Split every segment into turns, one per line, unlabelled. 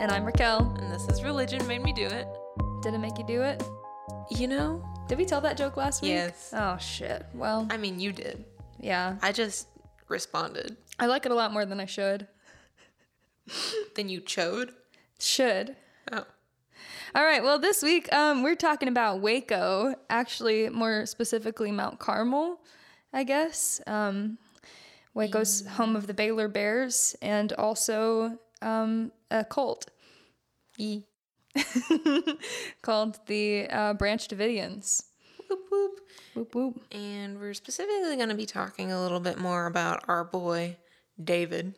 And I'm Raquel.
And this is Religion Made Me Do It.
Did it make you do it?
You know,
Did we tell that joke last week?
Yes.
Oh, shit. Well,
I mean, you did.
yeah.
I just responded.
I like it a lot more than I should.
Then you chode.
Should.
Oh.
All right. Well, this week um, we're talking about Waco, actually, more specifically, Mount Carmel, I guess. Um, Waco's home of the Baylor Bears and also um, a cult
Yee.
called the uh, Branch Davidians.
Whoop whoop.
Whoop, whoop.
And we're specifically going to be talking a little bit more about our boy, David,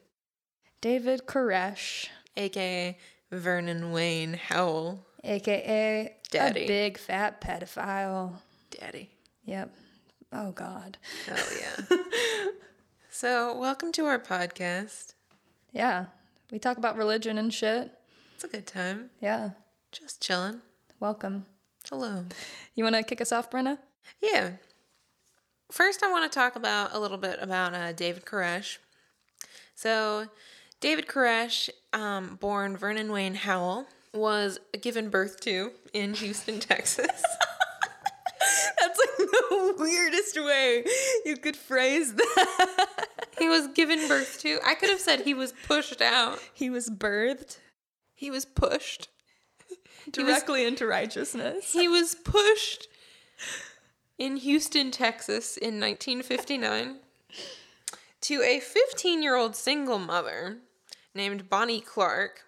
David Koresh,
aka Vernon Wayne Howell.
aka a
Daddy.
big fat pedophile.
Daddy.
Yep. Oh God.
Oh, yeah. so, welcome to our podcast.
Yeah. We talk about religion and shit.
It's a good time.
Yeah.
Just chilling.
Welcome.
Hello.
You want to kick us off, Brenna?
Yeah. First, I want to talk about a little bit about uh, David Koresh. So, David Koresh, um, born Vernon Wayne Howell, was given birth to in Houston, Texas.
That's like the weirdest way you could phrase that.
he was given birth to. I could have said he was pushed out.
He was birthed
He was pushed. was-
directly into righteousness.
He was pushed in Houston, Texas in 1959 to a 15 year old single mother named Bonnie Clark.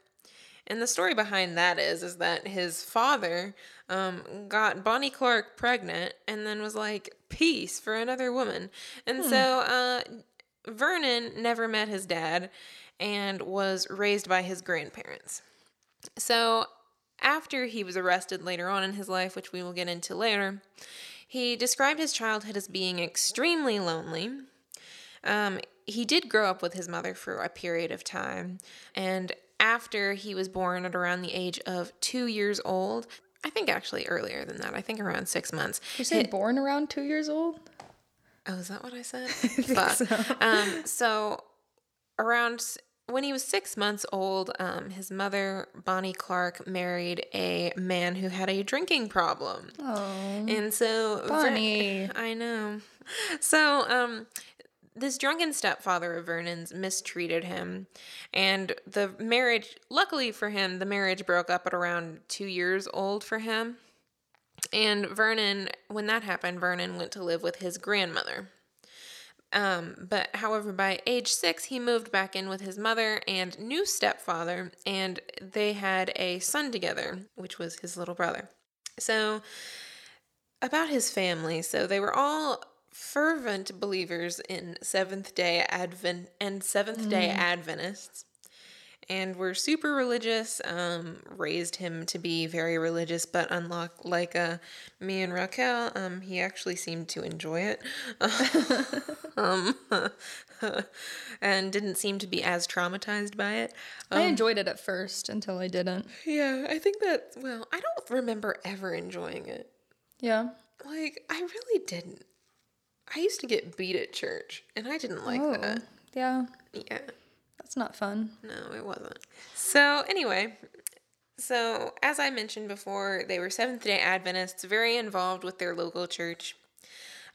And the story behind that is is that his father um, got Bonnie Clark pregnant and then was like, peace for another woman. And so uh, Vernon never met his dad and was raised by his grandparents. So after he was arrested later on in his life, which we will get into later, he described his childhood as being extremely lonely. Um, he did grow up with his mother for a period of time, and after he was born at around the age of two years old, I think actually earlier than that, I think around six months.
You say born around two years old?
Oh, is that what I said?
think
Fuck.
so.
Um, so around s- when he was six months old, um, his mother Bonnie Clark married a man who had a drinking problem,
Oh.
and so Ver-
Bonnie.
I know. So um, this drunken stepfather of Vernon's mistreated him, and the marriage. Luckily for him, the marriage broke up at around two years old for him. And Vernon, when that happened, Vernon went to live with his grandmother. Um, but however, by age six, he moved back in with his mother and new stepfather, and they had a son together, which was his little brother. So, about his family, so they were all fervent believers in Seventh day Advent and Seventh day Adventists and were super religious. Um, raised him to be very religious, but unlock like uh, me and Raquel, um, he actually seemed to enjoy it, um, and didn't seem to be as traumatized by it. Uh,
I enjoyed it at first until I didn't.
Yeah, I think that. Well, I don't remember ever enjoying it.
Yeah.
Like I really didn't. I used to get beat at church, and I didn't like
oh.
that.
Yeah.
Yeah.
That's not fun.
No, it wasn't. So, anyway, so as I mentioned before, they were Seventh day Adventists, very involved with their local church.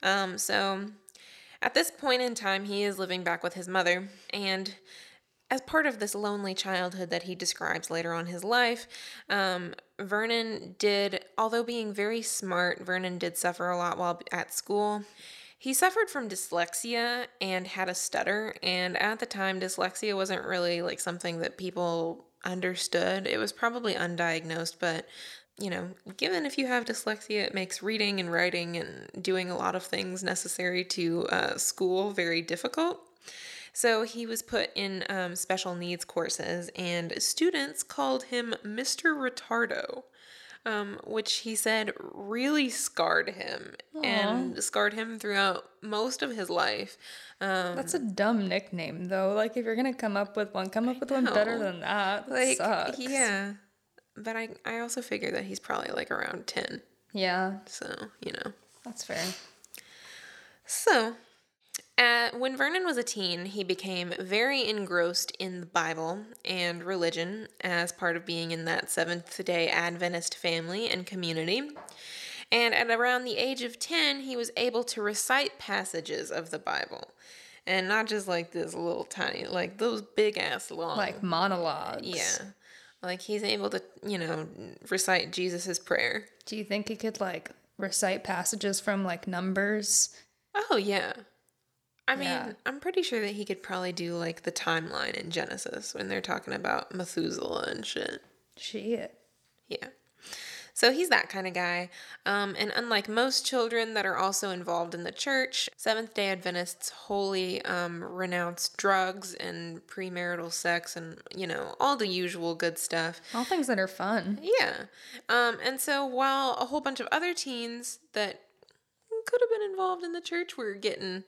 Um, so, at this point in time, he is living back with his mother. And as part of this lonely childhood that he describes later on in his life, um, Vernon did, although being very smart, Vernon did suffer a lot while at school. He suffered from dyslexia and had a stutter, and at the time, dyslexia wasn't really like something that people understood. It was probably undiagnosed, but you know, given if you have dyslexia, it makes reading and writing and doing a lot of things necessary to uh, school very difficult. So he was put in um, special needs courses, and students called him Mr. Retardo, um, which he said really scarred him and scarred him throughout most of his life. Um,
That's a dumb nickname, though. Like, if you're going to come up with one, come up with one better
know.
than that. that
like,
sucks.
yeah. But I, I also figure that he's probably like around 10.
Yeah.
So, you know.
That's fair.
So, Uh, when Vernon was a teen, he became very engrossed in the Bible and religion as part of being in that Seventh day Adventist family and community. And at around the age of 10, he was able to recite passages of the Bible. And not just like this little tiny, like those big ass long.
Like monologues.
yeah. Like he's able to, you know, recite Jesus' prayer.
Do you think he could like recite passages from like numbers?
Oh, yeah. I mean,
Yeah.
I'm pretty sure that he could probably do like the timeline in Genesis when they're talking about Methuselah and shit.
Shit.
Yeah. So he's that kind of guy. Um, and unlike most children that are also involved in the church, Seventh day Adventists wholly um, renounce drugs and premarital sex and, you know, all the usual good stuff.
All things that are fun.
Yeah. Um, and so while a whole bunch of other teens that could have been involved in the church were getting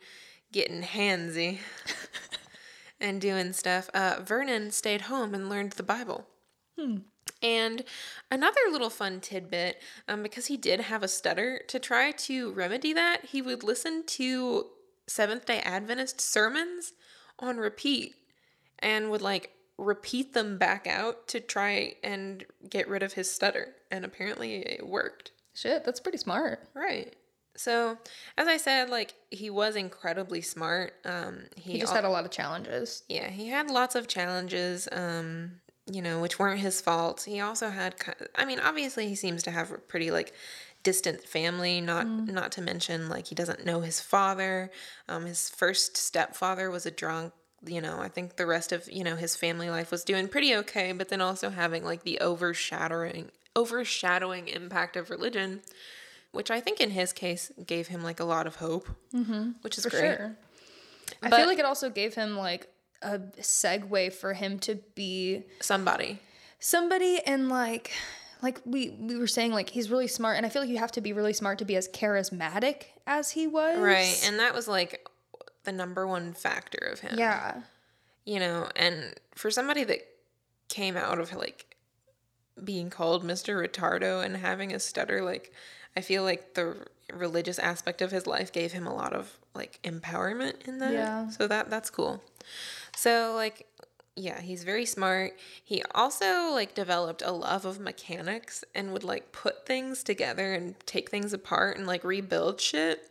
getting handsy and doing stuff, uh, Vernon stayed home and learned the Bible. And another little fun tidbit, um, because he did have a stutter, to try to remedy that, he would listen to Seventh day Adventist sermons on repeat and would like repeat them back out to try and get rid of his stutter. And apparently it worked.
Shit, that's pretty smart.
Right. So, as I said, like he was incredibly smart. Um, he,
He just
al-
had a lot of challenges.
yeah, he had lots of challenges, um, you know, which weren't his fault. He also had, ki- I mean, obviously he seems to have a pretty like distant family. Not
Mm.
not to mention like he doesn't know his father. Um, his first stepfather was a drunk. You know, I think the rest of you know his family life was doing pretty okay, but then also having like the overshadowing overshadowing impact of religion, which I think in his case gave him like a lot of hope, mm-hmm, which is
For
great.
sure. I
But-
feel like it also gave him like a segue for him to be
Somebody,
somebody and like like we we were saying like he's really smart and I feel like you have to be really smart to be as charismatic as he was.
Right. And that was like the number one factor of him.
yeah.
You know, and for somebody that came out of like being called Mr. Retardo and having a stutter, like, I feel like the religious aspect of his life gave him a lot of like empowerment in that.
Yeah.
So that that's cool. So like yeah, he's very smart. He also like developed a love of mechanics and would like put things together and take things apart and like rebuild shit.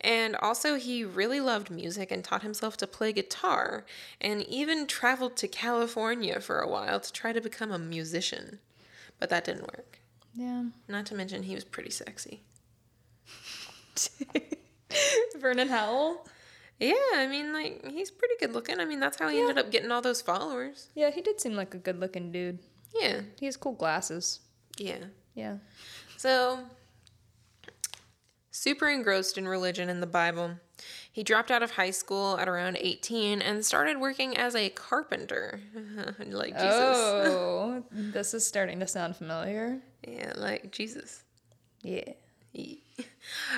And also, he really loved music and taught himself to play guitar and even traveled to California for a while to try to become a musician. But that didn't work.
Yeah.
Not to mention, he was pretty sexy.
Vernon Howell.
Yeah, I mean, like, he's pretty good looking. I mean, that's how he ended up getting all those followers.
Yeah, he did seem like a good looking dude.
Yeah,
He has cool glasses.
yeah.
Yeah.
So, super engrossed in religion and the Bible, he dropped out of high school at around 18 and started working as a carpenter. like Jesus.
Oh, this is starting to sound familiar.
Yeah, like Jesus.
Yeah.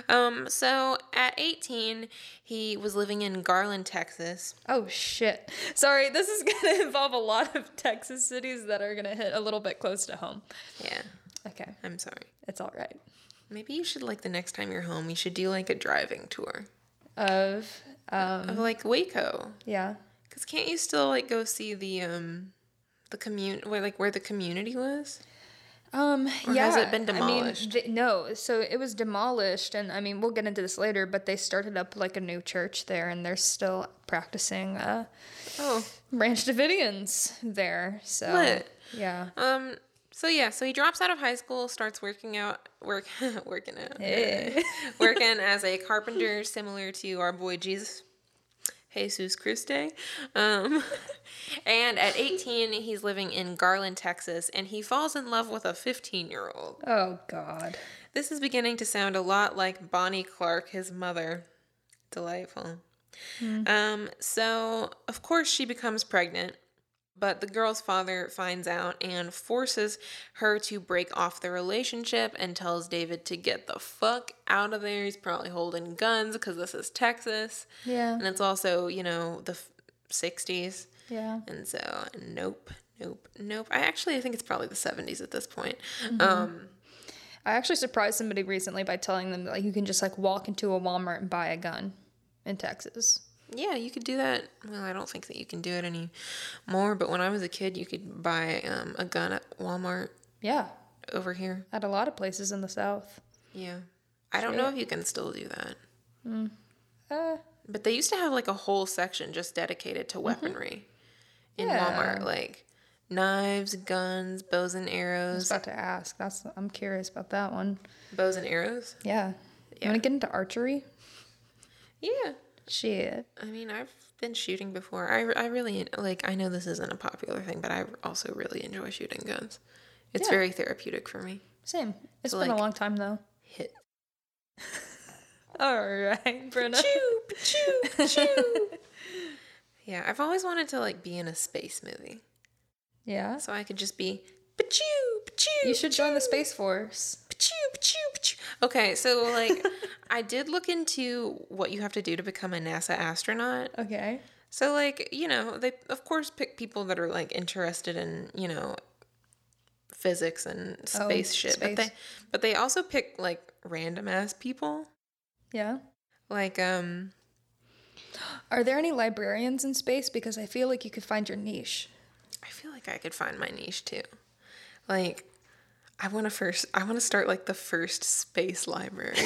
Um, so at 18, he was living in Garland, Texas.
Oh shit. Sorry, this is gonna involve a lot of Texas cities that are gonna hit a little bit close to home.
Yeah,
Okay,
I'm sorry.
it's all right.
Maybe you should like the next time you're home, you should do like a driving tour
Of um
of like Waco.
yeah.
Cause can't you still like go see the um the commun where like where the community was?
Um
Or
yeah.
has it been
I mean,
demolished?
th- no, so it was demolished and I mean we'll get into this later, but they started up like a new church there and they're still practicing uh
Oh,
Ranch Davidians there. So
Lit.
yeah.
um. So yeah, so he drops out of high school, starts working out, work, working out,
Hey.
working as a carpenter, similar to our boy Jesus, Jesus Christe. Um, and at 18, he's living in Garland, Texas, and he falls in love with a 15 year old.
Oh god.
This is beginning to sound a lot like Bonnie Clark, his mother. Delightful. Um, so, of course, she becomes pregnant, but the girl's father finds out and forces her to break off the relationship and tells David to get the fuck out of there. He's probably holding guns because this is Texas.
Yeah.
And it's also, you know, the f- 60s.
Yeah.
And so, nope, nope, nope. I actually I think it's probably the 70s at this point. Um,
I actually surprised somebody recently by telling them that like, you can just like walk into a Walmart and buy a gun. in Texas.
Yeah, you could do that. Well, I don't think that you can do it anymore, but when I was a kid, you could buy um, a gun at Walmart
Yeah,
over here.
at a lot of places in the South.
Yeah. I don't know if you can still do that.
Uh,
But they used to have like a whole section just dedicated to weaponry in
Yeah.
Walmart, like knives, guns, bows and
I was
arrows.
about to ask. That's I'm curious about that one.
Bows and arrows?
Yeah, you want to get into archery?
Yeah.
Shit.
I mean, I've been shooting before. I, I really like I know this isn't a popular thing, but I also really enjoy shooting guns. It's
Yeah.
very therapeutic for me.
Same. It's
So,
been
like-
a long time though.
Hit.
All right, Brenna.
Choo, choo, choo. yeah, I've always wanted to like be in a space movie.
yeah.
So I could just be pa-choo, pa-choo,
You should join the Space Force.
Pachoo, pachoo, pachoo. Okay, so like I did look into what you have to do to become a NASA astronaut.
Okay.
So like, you know, they of course pick people that are like interested in, you know, physics and space shit, but they
space.
but they also pick like random ass people.
Yeah.
Like um
Are there any librarians in space? Because I feel like you could find your niche.
I feel like I could find my niche too. Like I want to first I want to start like the first space library.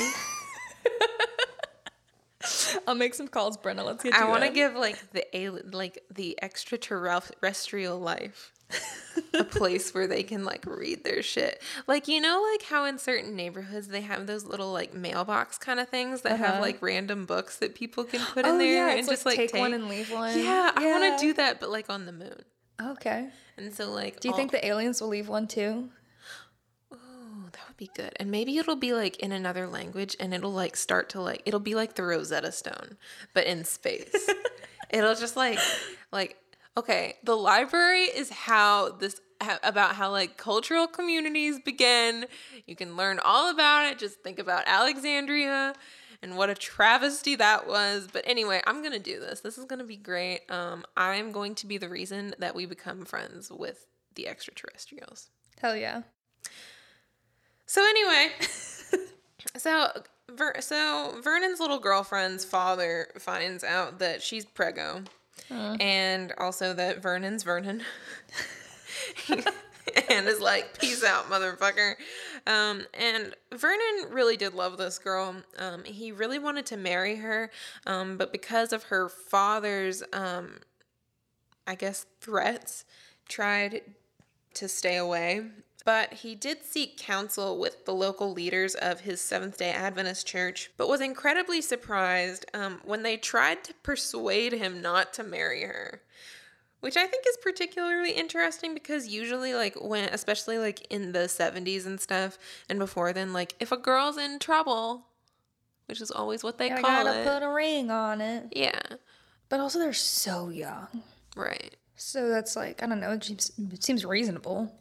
I'll make some calls, Brenna. Let's get.
I want
want
to give like the ali- like the extraterrestrial life a place where they can like read their shit. Like you know like how in certain neighborhoods they have those little like mailbox kind of things that have
Uh-huh.
like random books that people can put
Oh
in there
yeah,
and
it's
just
like,
like
take, one and leave one.
yeah, I want to do that but like on the moon.
do. Okay.
And so like
Do you
all-
think the aliens will leave one too?
Ooh, that would be good. And maybe it'll be like in another language and it'll like start to like it'll be like the Rosetta Stone, but in space. it'll just like like okay, the library is how this how, about how like cultural communities begin. You can learn all about it. Just think about Alexandria and what a travesty that was. But anyway, I'm going to do this. This is going to be great. Um I'm going to be the reason that we become friends with the extraterrestrials.
Hell yeah.
So anyway, so Ver- so Vernon's little girlfriend's father finds out that she's preggo, and also that Vernon's Vernon, and is like, "Peace out, motherfucker." Um, and Vernon really did love this girl. Um, he really wanted to marry her, um, but because of her father's, um, I guess, threats, tried to stay away. But he did seek counsel with the local leaders of his Seventh day Adventist church, but was incredibly surprised um, when they tried to persuade him not to marry her. Which I think is particularly interesting because usually, like, when, especially like in the 70s and stuff, and before then, like, if a girl's in trouble, which is always what they
I
call
gotta
it.
put a ring on it.
yeah,
But also, they're so young.
right.
So that's like, I don't know, it seems, it seems reasonable.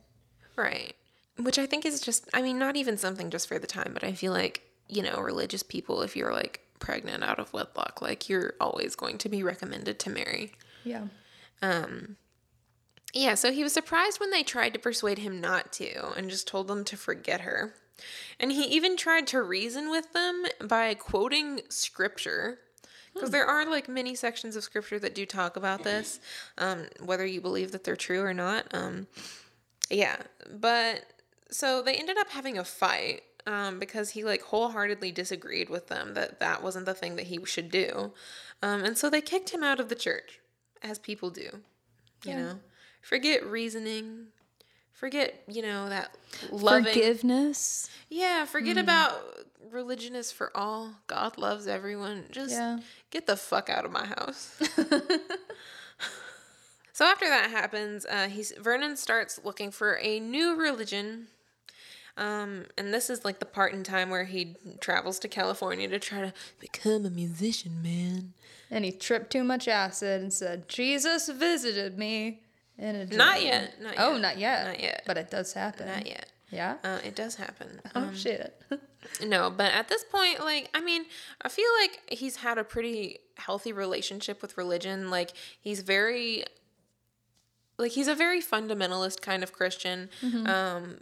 Right. Which I think is just, I mean, not even something just for the time, but I feel like, you know, religious people, if you're like pregnant out of wedlock, like you're always going to be recommended to marry.
Yeah.
Um, yeah, so he was surprised when they tried to persuade him not to and just told them to forget her. And he even tried to reason with them by quoting scripture. Because there are like many sections of scripture that do talk about this, um, whether you believe that they're true or not. Um, yeah, but so they ended up having a fight um, because he like wholeheartedly disagreed with them that that wasn't the thing that he should do, um, and so they kicked him out of the church, as people do. You know, forget reasoning, forget you know that loving.
Forgiveness.
Yeah, forget about religion is for all. God loves everyone. Just
Yeah.
get the fuck out of my house. so after that happens, uh, he's Vernon starts looking for a new religion. Um, and this is like the part in time where he travels to California to try to become a musician, man.
And he tripped too much acid and said, Jesus visited me in a dream.
Not yet. Not yet.
Oh, not yet.
Not yet.
But it does happen.
Not um, yet.
Yeah?
Uh, it does happen.
oh, shit.
No, but at this point, like, I mean, I feel like he's had a pretty healthy relationship with religion. Like, he's very like he's a very fundamentalist kind of Christian. Um,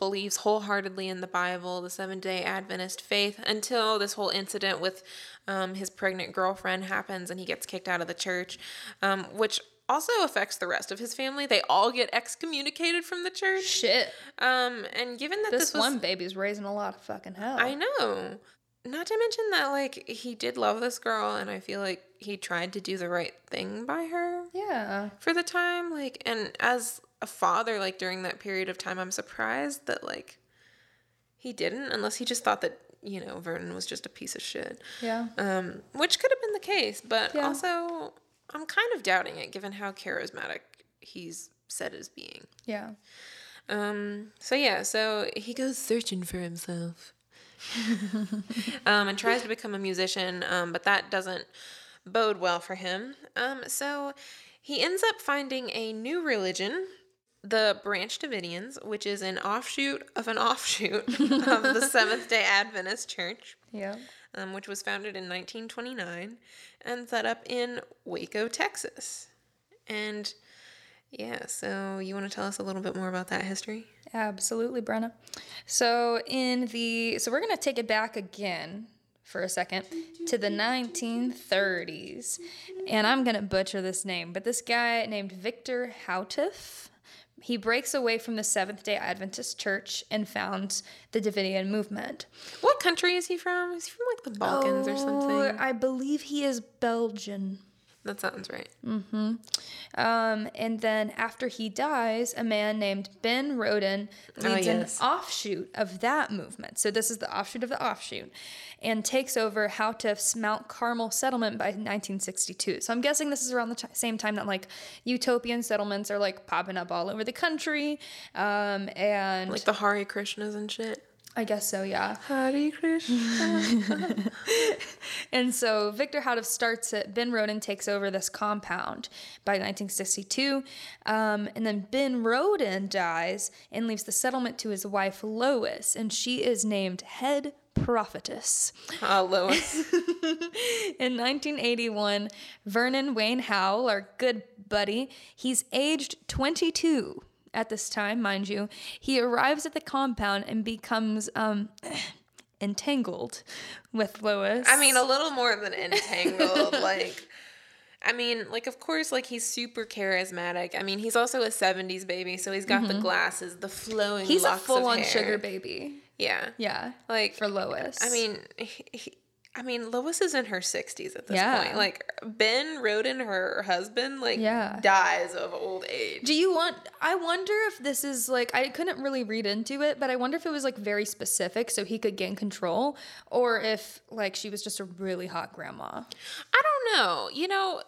believes wholeheartedly in the Bible, the Seventh Day Adventist faith, until this whole incident with um, his pregnant girlfriend happens and he gets kicked out of the church, um, which also affects the rest of his family. They all get excommunicated from the church.
Shit.
Um, and given that
This,
this, was,
one baby's raising a lot of fucking hell.
I know. Not to mention that like he did love this girl, and I feel like he tried to do the right thing by her
Yeah.
for the time like and as a father like during that period of time i'm surprised that like he didn't unless he just thought that you know vernon was just a piece of shit
Yeah.
um which could have been the case but
Yeah.
also i'm kind of doubting it given how charismatic he's said as being
Yeah.
um so yeah so he goes searching for himself um and tries to become a musician um but that doesn't bode well for him. Um, so he ends up finding a new religion, the Branch Davidians, which is an offshoot of an offshoot of the Seventh day Adventist Church,
Yeah.
um, which was founded in 1929 and set up in Waco, Texas. And yeah, so you want to tell us a little bit more about that history?
Absolutely, Brenna. So in the so we're gonna take it back again for a second to the 1930s, and I'm gonna butcher this name, but this guy named Victor Houtiff, he breaks away from the Seventh Day Adventist Church and founds the Davidian movement.
What country is he from? Is he from like the Balkans or
Oh,
something?
I believe he is Belgian.
That sounds right.
Mm. Um, and then after he dies, a man named Ben Roden leads
Oh, yes.
an offshoot of that movement. So this is the offshoot of the offshoot, and takes over Howtiff's Mount Carmel settlement by 1962. So I'm guessing this is around the t- same time that like utopian settlements are like popping up all over the country. Um, and
Like the Hari Krishnas and shit.
I guess so, yeah.
Hari Krishna.
And so Victor Howdiff starts it. Ben Roden takes over this compound by 1962. Um, and then Ben Roden dies and leaves the settlement to his wife, Lois. And she is named head prophetess.
Ah, Lois.
In 1981, Vernon Wayne Howell, our good buddy, he's aged 22 at this time, mind you. He arrives at the compound and becomes um, entangled with Lois.
I mean, a little more than entangled. like, I mean, like, of course, like, he's super charismatic. I mean, he's also a 70s baby, so he's got the glasses, the flowing
Mm-hmm. He's a
locks of
full on
hair.
sugar baby.
Yeah.
Yeah.
Like,
For Lois.
I mean, he, he- I mean, Lois is in her 60s at this
Yeah.
point. Like, Ben Roden, her husband, like,
Yeah.
dies of old age.
do you want I wonder if this is like I couldn't really read into it, but I wonder if it was like very specific so he could gain control or if like she was just a really hot grandma.
I don't know. You know,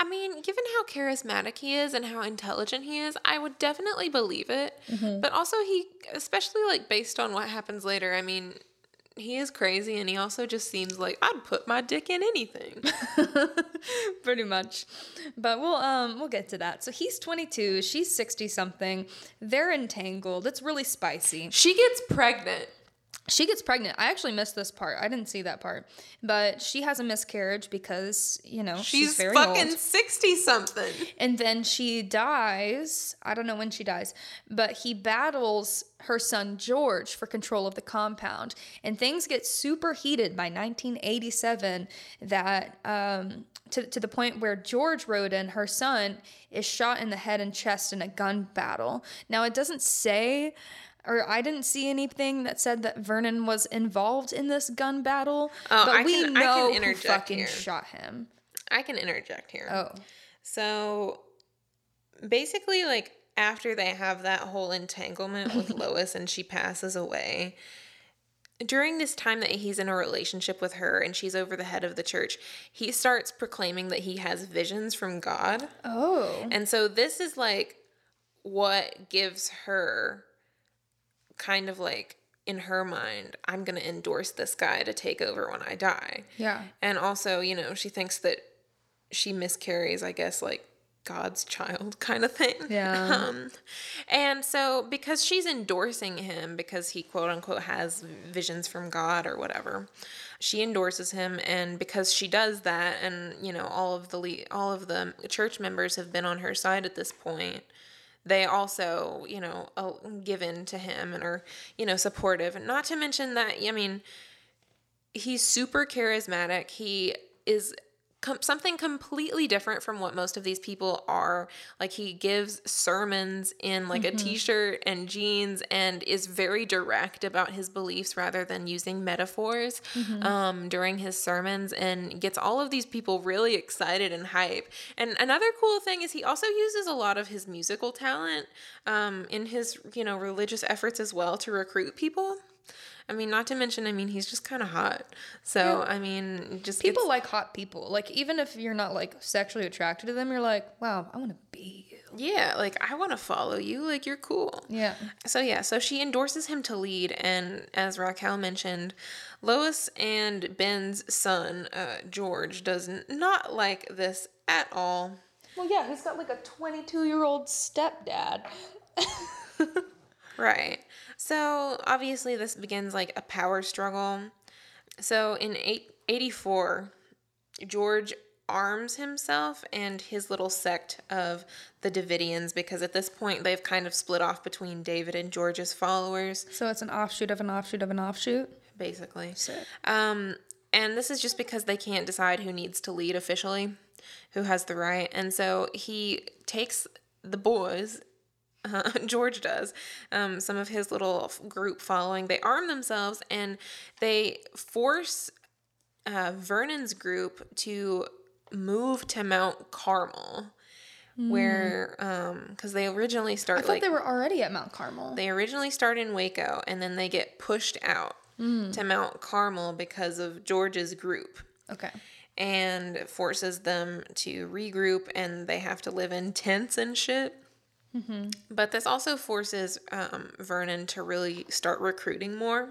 I mean, given how charismatic he is and how intelligent he is, I would definitely believe it.
Mm-hmm.
But also, he, especially like based on what happens later, I mean, he is crazy and he also just seems like I'd put my dick in anything.
Pretty much. But we'll um we'll get to that. So he's 22, she's 60 something. They're entangled. It's really spicy.
she gets pregnant.
She gets pregnant. I actually missed this part. I didn't see that part. But she has a miscarriage because, you know, she's,
She's,
very
fucking
old.
60 something.
And then she dies. I don't know when she dies, but he battles her son George for control of the compound. And things get super heated by 1987 that um, to, to the point where George Roden, her son, is shot in the head and chest in a gun battle. Now, it doesn't say. Or I didn't see anything that said that Vernon was involved in this gun battle,
Oh,
but
I
we
can- I can
know who
interject
fucking
here.
shot him.
I can interject here.
Oh,
So basically, like after they have that whole entanglement with Lois and she passes away, during this time that he's in a relationship with her and she's over the head of the church, he starts proclaiming that he has visions from God.
oh,
And so this is like what gives her kind of like in her mind, I'm going to endorse this guy to take over when I die.
yeah.
And also, you know, she thinks that she miscarries, I guess, like God's child kind of thing.
Yeah.
Um, and so, because she's endorsing him because he, quote unquote, has visions from God or whatever, she endorses him and because she does that and you know all of the le- all of the church members have been on her side at this point they also you know uh, give in to him and are you know supportive and not to mention that i mean he's super charismatic he is com- something completely different from what most of these people are like he gives sermons in like a t-shirt and jeans and is very direct about his beliefs rather than using metaphors um, during his sermons and gets all of these people really excited and hype and another cool thing is he also uses a lot of his musical talent um, in his you know religious efforts as well to recruit people I mean, not to mention, I mean, he's just kind of hot. So, I mean, just
People like hot people. Like even if you're not like sexually attracted to them, you're like, wow, I want to be you.
Yeah, like I want to follow you. Like you're cool.
Yeah.
So yeah, so she endorses him to lead, and as Raquel mentioned, Lois and Ben's son uh, George does n- not like this at all.
Well, yeah, he's got like a 22 year old stepdad.
Right. So obviously, this begins like a power struggle. So in eight, 84, George arms himself and his little sect of the Davidians because at this point they've kind of split off between David and George's followers,
So it's an offshoot of an offshoot of an offshoot.
basically. Um, and this is just because they can't decide who needs to lead officially, who has the right. And so he takes the boys, uh, George does, um, some of his little f- group following, they arm themselves and they force uh, Vernon's group to move to Mount Carmel. Where, because they originally start
Hmm. I thought
like
they were already at Mount Carmel.
they originally start in Waco and then they get pushed out to Mount Carmel because of George's group
okay.
and it forces them to regroup and they have to live in tents and shit. But this also forces um, Vernon to really start recruiting more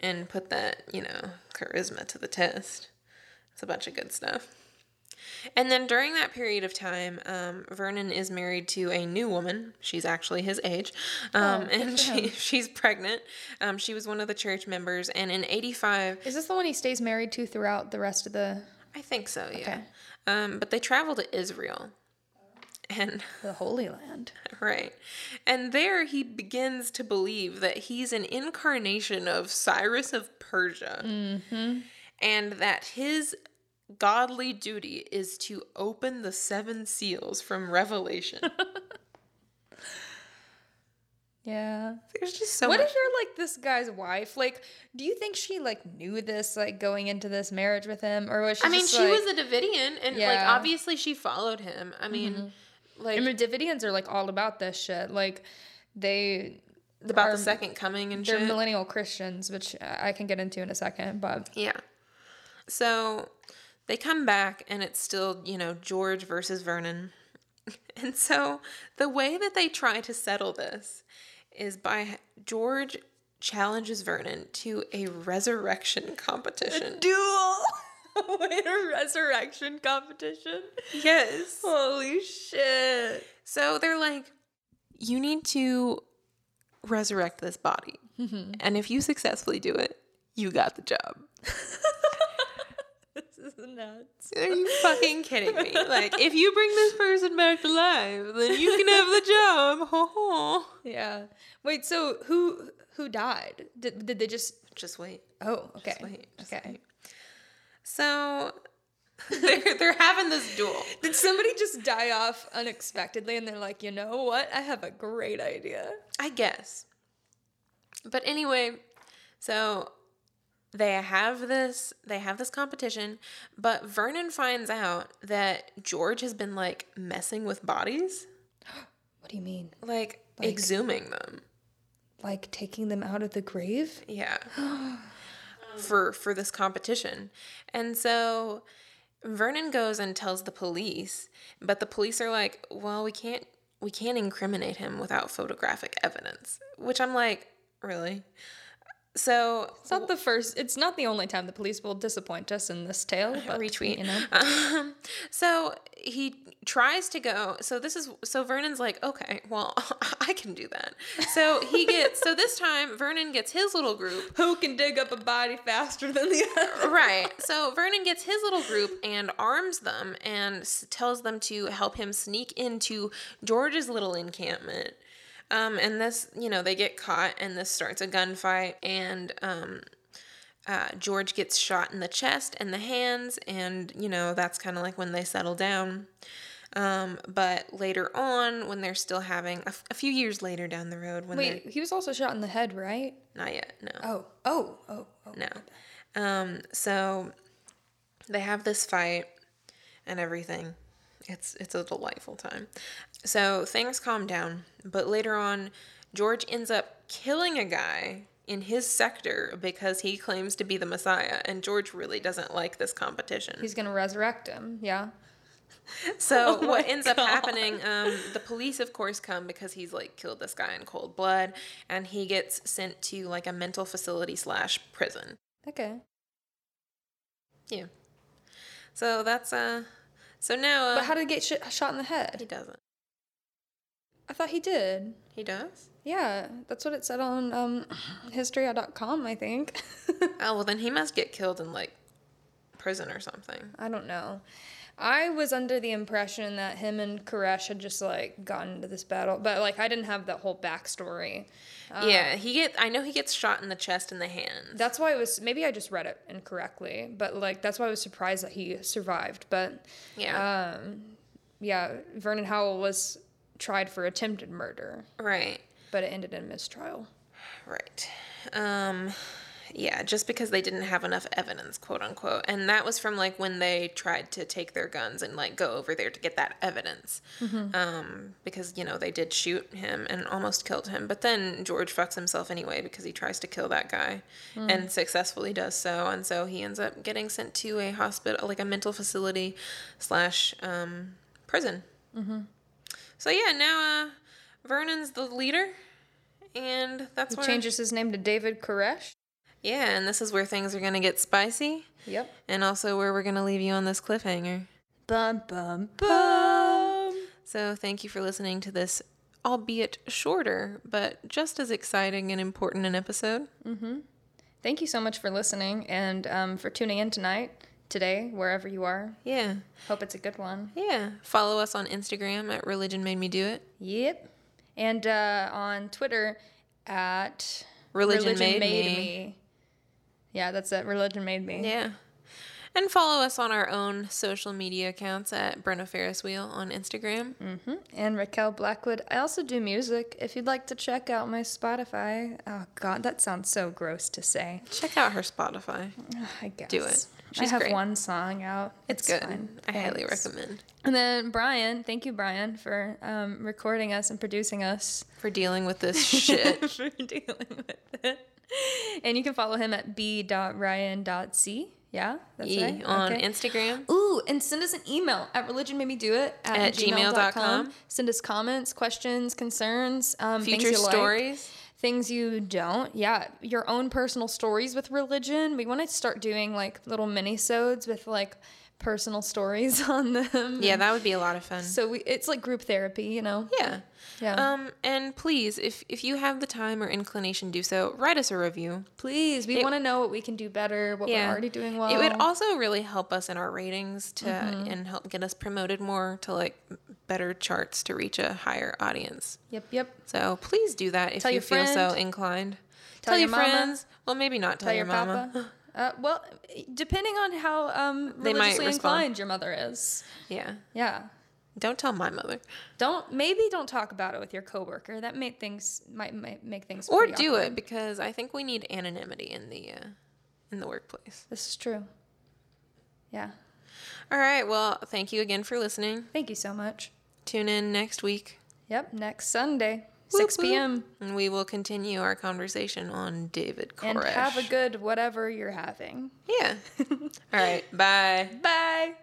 and put that, you know, charisma to the test. It's a bunch of good stuff. And then during that period of time, um, Vernon is married to a new woman. She's actually his age, um, and she, she's pregnant. Um, she was one of the church members, and in '85,
Is this the one he stays married to throughout the rest of the
I think so, yeah. Um, but they travel to Israel. And
the Holy Land?
right. And there he begins to believe that he's an incarnation of Cyrus of Persia. Mm-hmm. And that his godly duty is to open the seven seals from Revelation.
Yeah.
There's just so
what
much.
if you're like this guy's wife? Like, do you think she like knew this like going into this marriage with him, or was she?
I mean,
just,
she
like-
was a Davidian, and like
Yeah.
obviously she followed him. I mean, like
I mean, Davidians are like all about this shit. Like, they
about
are-
the second coming and
they're
shit.
millennial Christians, which I I can get into in a second. But
Yeah. So they come back and it's still, you know, George versus Vernon. And so the way that they try to settle this is by George challenges Vernon to a resurrection competition.
duel. Wait, a resurrection competition?
Yes.
Holy shit.
So they're like, you need to resurrect this body. And if you successfully do it, you got the job.
This is nuts.
Are you fucking kidding me? Like, if you bring this person back to life, then you can have the job. Ho ho.
Yeah. Wait, so who who died? Did, did they just
Just wait.
Oh, okay.
wait, just
okay.
wait. So they're they're having this duel.
Did somebody just die off unexpectedly and they're like, "You know what? I have a great idea."
I guess. But anyway, so they have this they have this competition, but Vernon finds out that George has been like messing with bodies,
What do you mean?
like, exhuming them.
Like taking them out of the grave?
Yeah. for for this competition. And so Vernon goes and tells the police, but the police are like, "Well, we can't we can't incriminate him without photographic evidence." Which I'm like, "Really?" So
It's not the first. It's not the only time the police will disappoint us in this tale. But,
retweet.
You know,
Um, so he tries to go. So this is so Vernon's like, okay, well, I can do that. So he gets. so this time Vernon gets his little group.
who can dig up a body faster than the other?
Right. So Vernon gets his little group and arms them and s- tells them to help him sneak into George's little encampment. Um, and this, you know, they get caught and this starts a gunfight and um, uh, George gets shot in the chest and the hands, and you know that's kind of like when they settle down. Um, but later on, when they're still having a, f- a few years later down the road, when
Wait, he was also shot in the head, right?
they're not yet, no,
Oh, oh, oh, oh.
no. Um, so they have this fight and everything. It's it's a delightful time. So things calm down, but later on, George ends up killing a guy in his sector because he claims to be the Messiah, and George really doesn't like this competition.
He's gonna resurrect him. Yeah.
So
Oh
what
my
ends up
God.
happening? Um, the police, of course, come because he's like killed this guy in cold blood, and he gets sent to like a mental facility slash prison.
Okay.
Yeah. So that's uh. So now uh,
But how did he get sh- shot in the
he
head?
doesn't.
I thought he did.
He does.
Yeah, that's what it said on um, history.com, I think.
Oh well, then he must get killed in like prison or something.
I don't know. I was under the impression that him and Koresh had just like gotten into this battle, but like I didn't have that whole backstory. Oh.
yeah, he get. I know he gets shot in the chest and the hand.
That's why it was maybe I just read it incorrectly, but like that's why I was surprised that he survived. But
Yeah.
uh, yeah, Vernon Howell was tried for attempted murder,
right.
but it ended in mistrial.
Right. Um, yeah, just because they didn't have enough evidence, quote unquote. And that was from like when they tried to take their guns and like go over there to get that evidence. Um, because, you know, they did shoot him and almost killed him. But then George fucks himself anyway because he tries to kill that guy and successfully does so. And so he ends up getting sent to a hospital, like a mental facility slash um, prison. So yeah, now uh, Vernon's the leader. And that's
He
where
changes his name to David Koresh.
yeah, and this is where things are going to get spicy,
Yep.
and also where we're going to leave you on this cliffhanger.
Bum bum bum.
So, thank you for listening to this, albeit shorter, but just as exciting and important an episode.
Thank you so much for listening and um, for tuning in tonight, today, wherever you are.
Yeah,
Hope it's a good one.
yeah. Follow us on Instagram at Religion Made Me Do It.
Yep. And uh, on Twitter at
Religion, made, me.
Yeah, that's it. Religion made me.
Yeah. And follow us on our own social media accounts at Bruno Ferris Wheel on Instagram.
Mm. And Raquel Blackwood. I also do music. If you'd like to check out my Spotify. Oh God, that sounds so gross to say.
Check out her Spotify.
Ugh, I guess.
Do it. She's
I have
great.
one song out.
It's good.
fine.
I highly
Thanks.
recommend
And then Brian, thank you, Brian, for um, recording us and producing us.
for dealing with this shit.
for dealing with it. And you can follow him at b.ryan.c. Yeah, that's
E
right.
on
Okay.
Instagram.
Ooh, and send us an email at religionmademedoit at,
At
at
gmail.com.
gmail.com. Send us comments, questions, concerns, um, things
future
you like,
stories.
things you don't. Yeah, your own personal stories with religion. We want to start doing like little mini-sodes with like personal stories on them.
Yeah, that would be a lot of fun.
So we, it's like group therapy, you know?
yeah.
Yeah.
Um, and please, if if you have the time or inclination, do so. Write us a review.
Please, we
it-
want to know what we can do better, what
Yeah.
we're already doing well.
It would also really help us in our ratings to and help get us promoted more to like better charts to reach a higher audience.
Yep, yep.
So please do that if
Tell
you
your
feel so
friend.
inclined.
Tell your mama.
Well, maybe not tell,
By
your,
your
mama.
papa. Uh, well, depending on how um,
They might
religiously
respond.
inclined your mother is.
Yeah.
Yeah.
Don't tell my mother.
Don't maybe don't talk about it with your coworker. That made things might, might make things
Or
pretty
do
awkward.
it because I think we need anonymity in the uh, in the workplace.
This is true. Yeah.
All right. Well, thank you again for listening.
Thank you so much.
Tune in next week.
Yep. Next Sunday,
Whoop,
six
whoop.
p.m.
And we will continue our conversation on David Koresh.
And have a good whatever you're having.
yeah. All right. Bye.
Bye.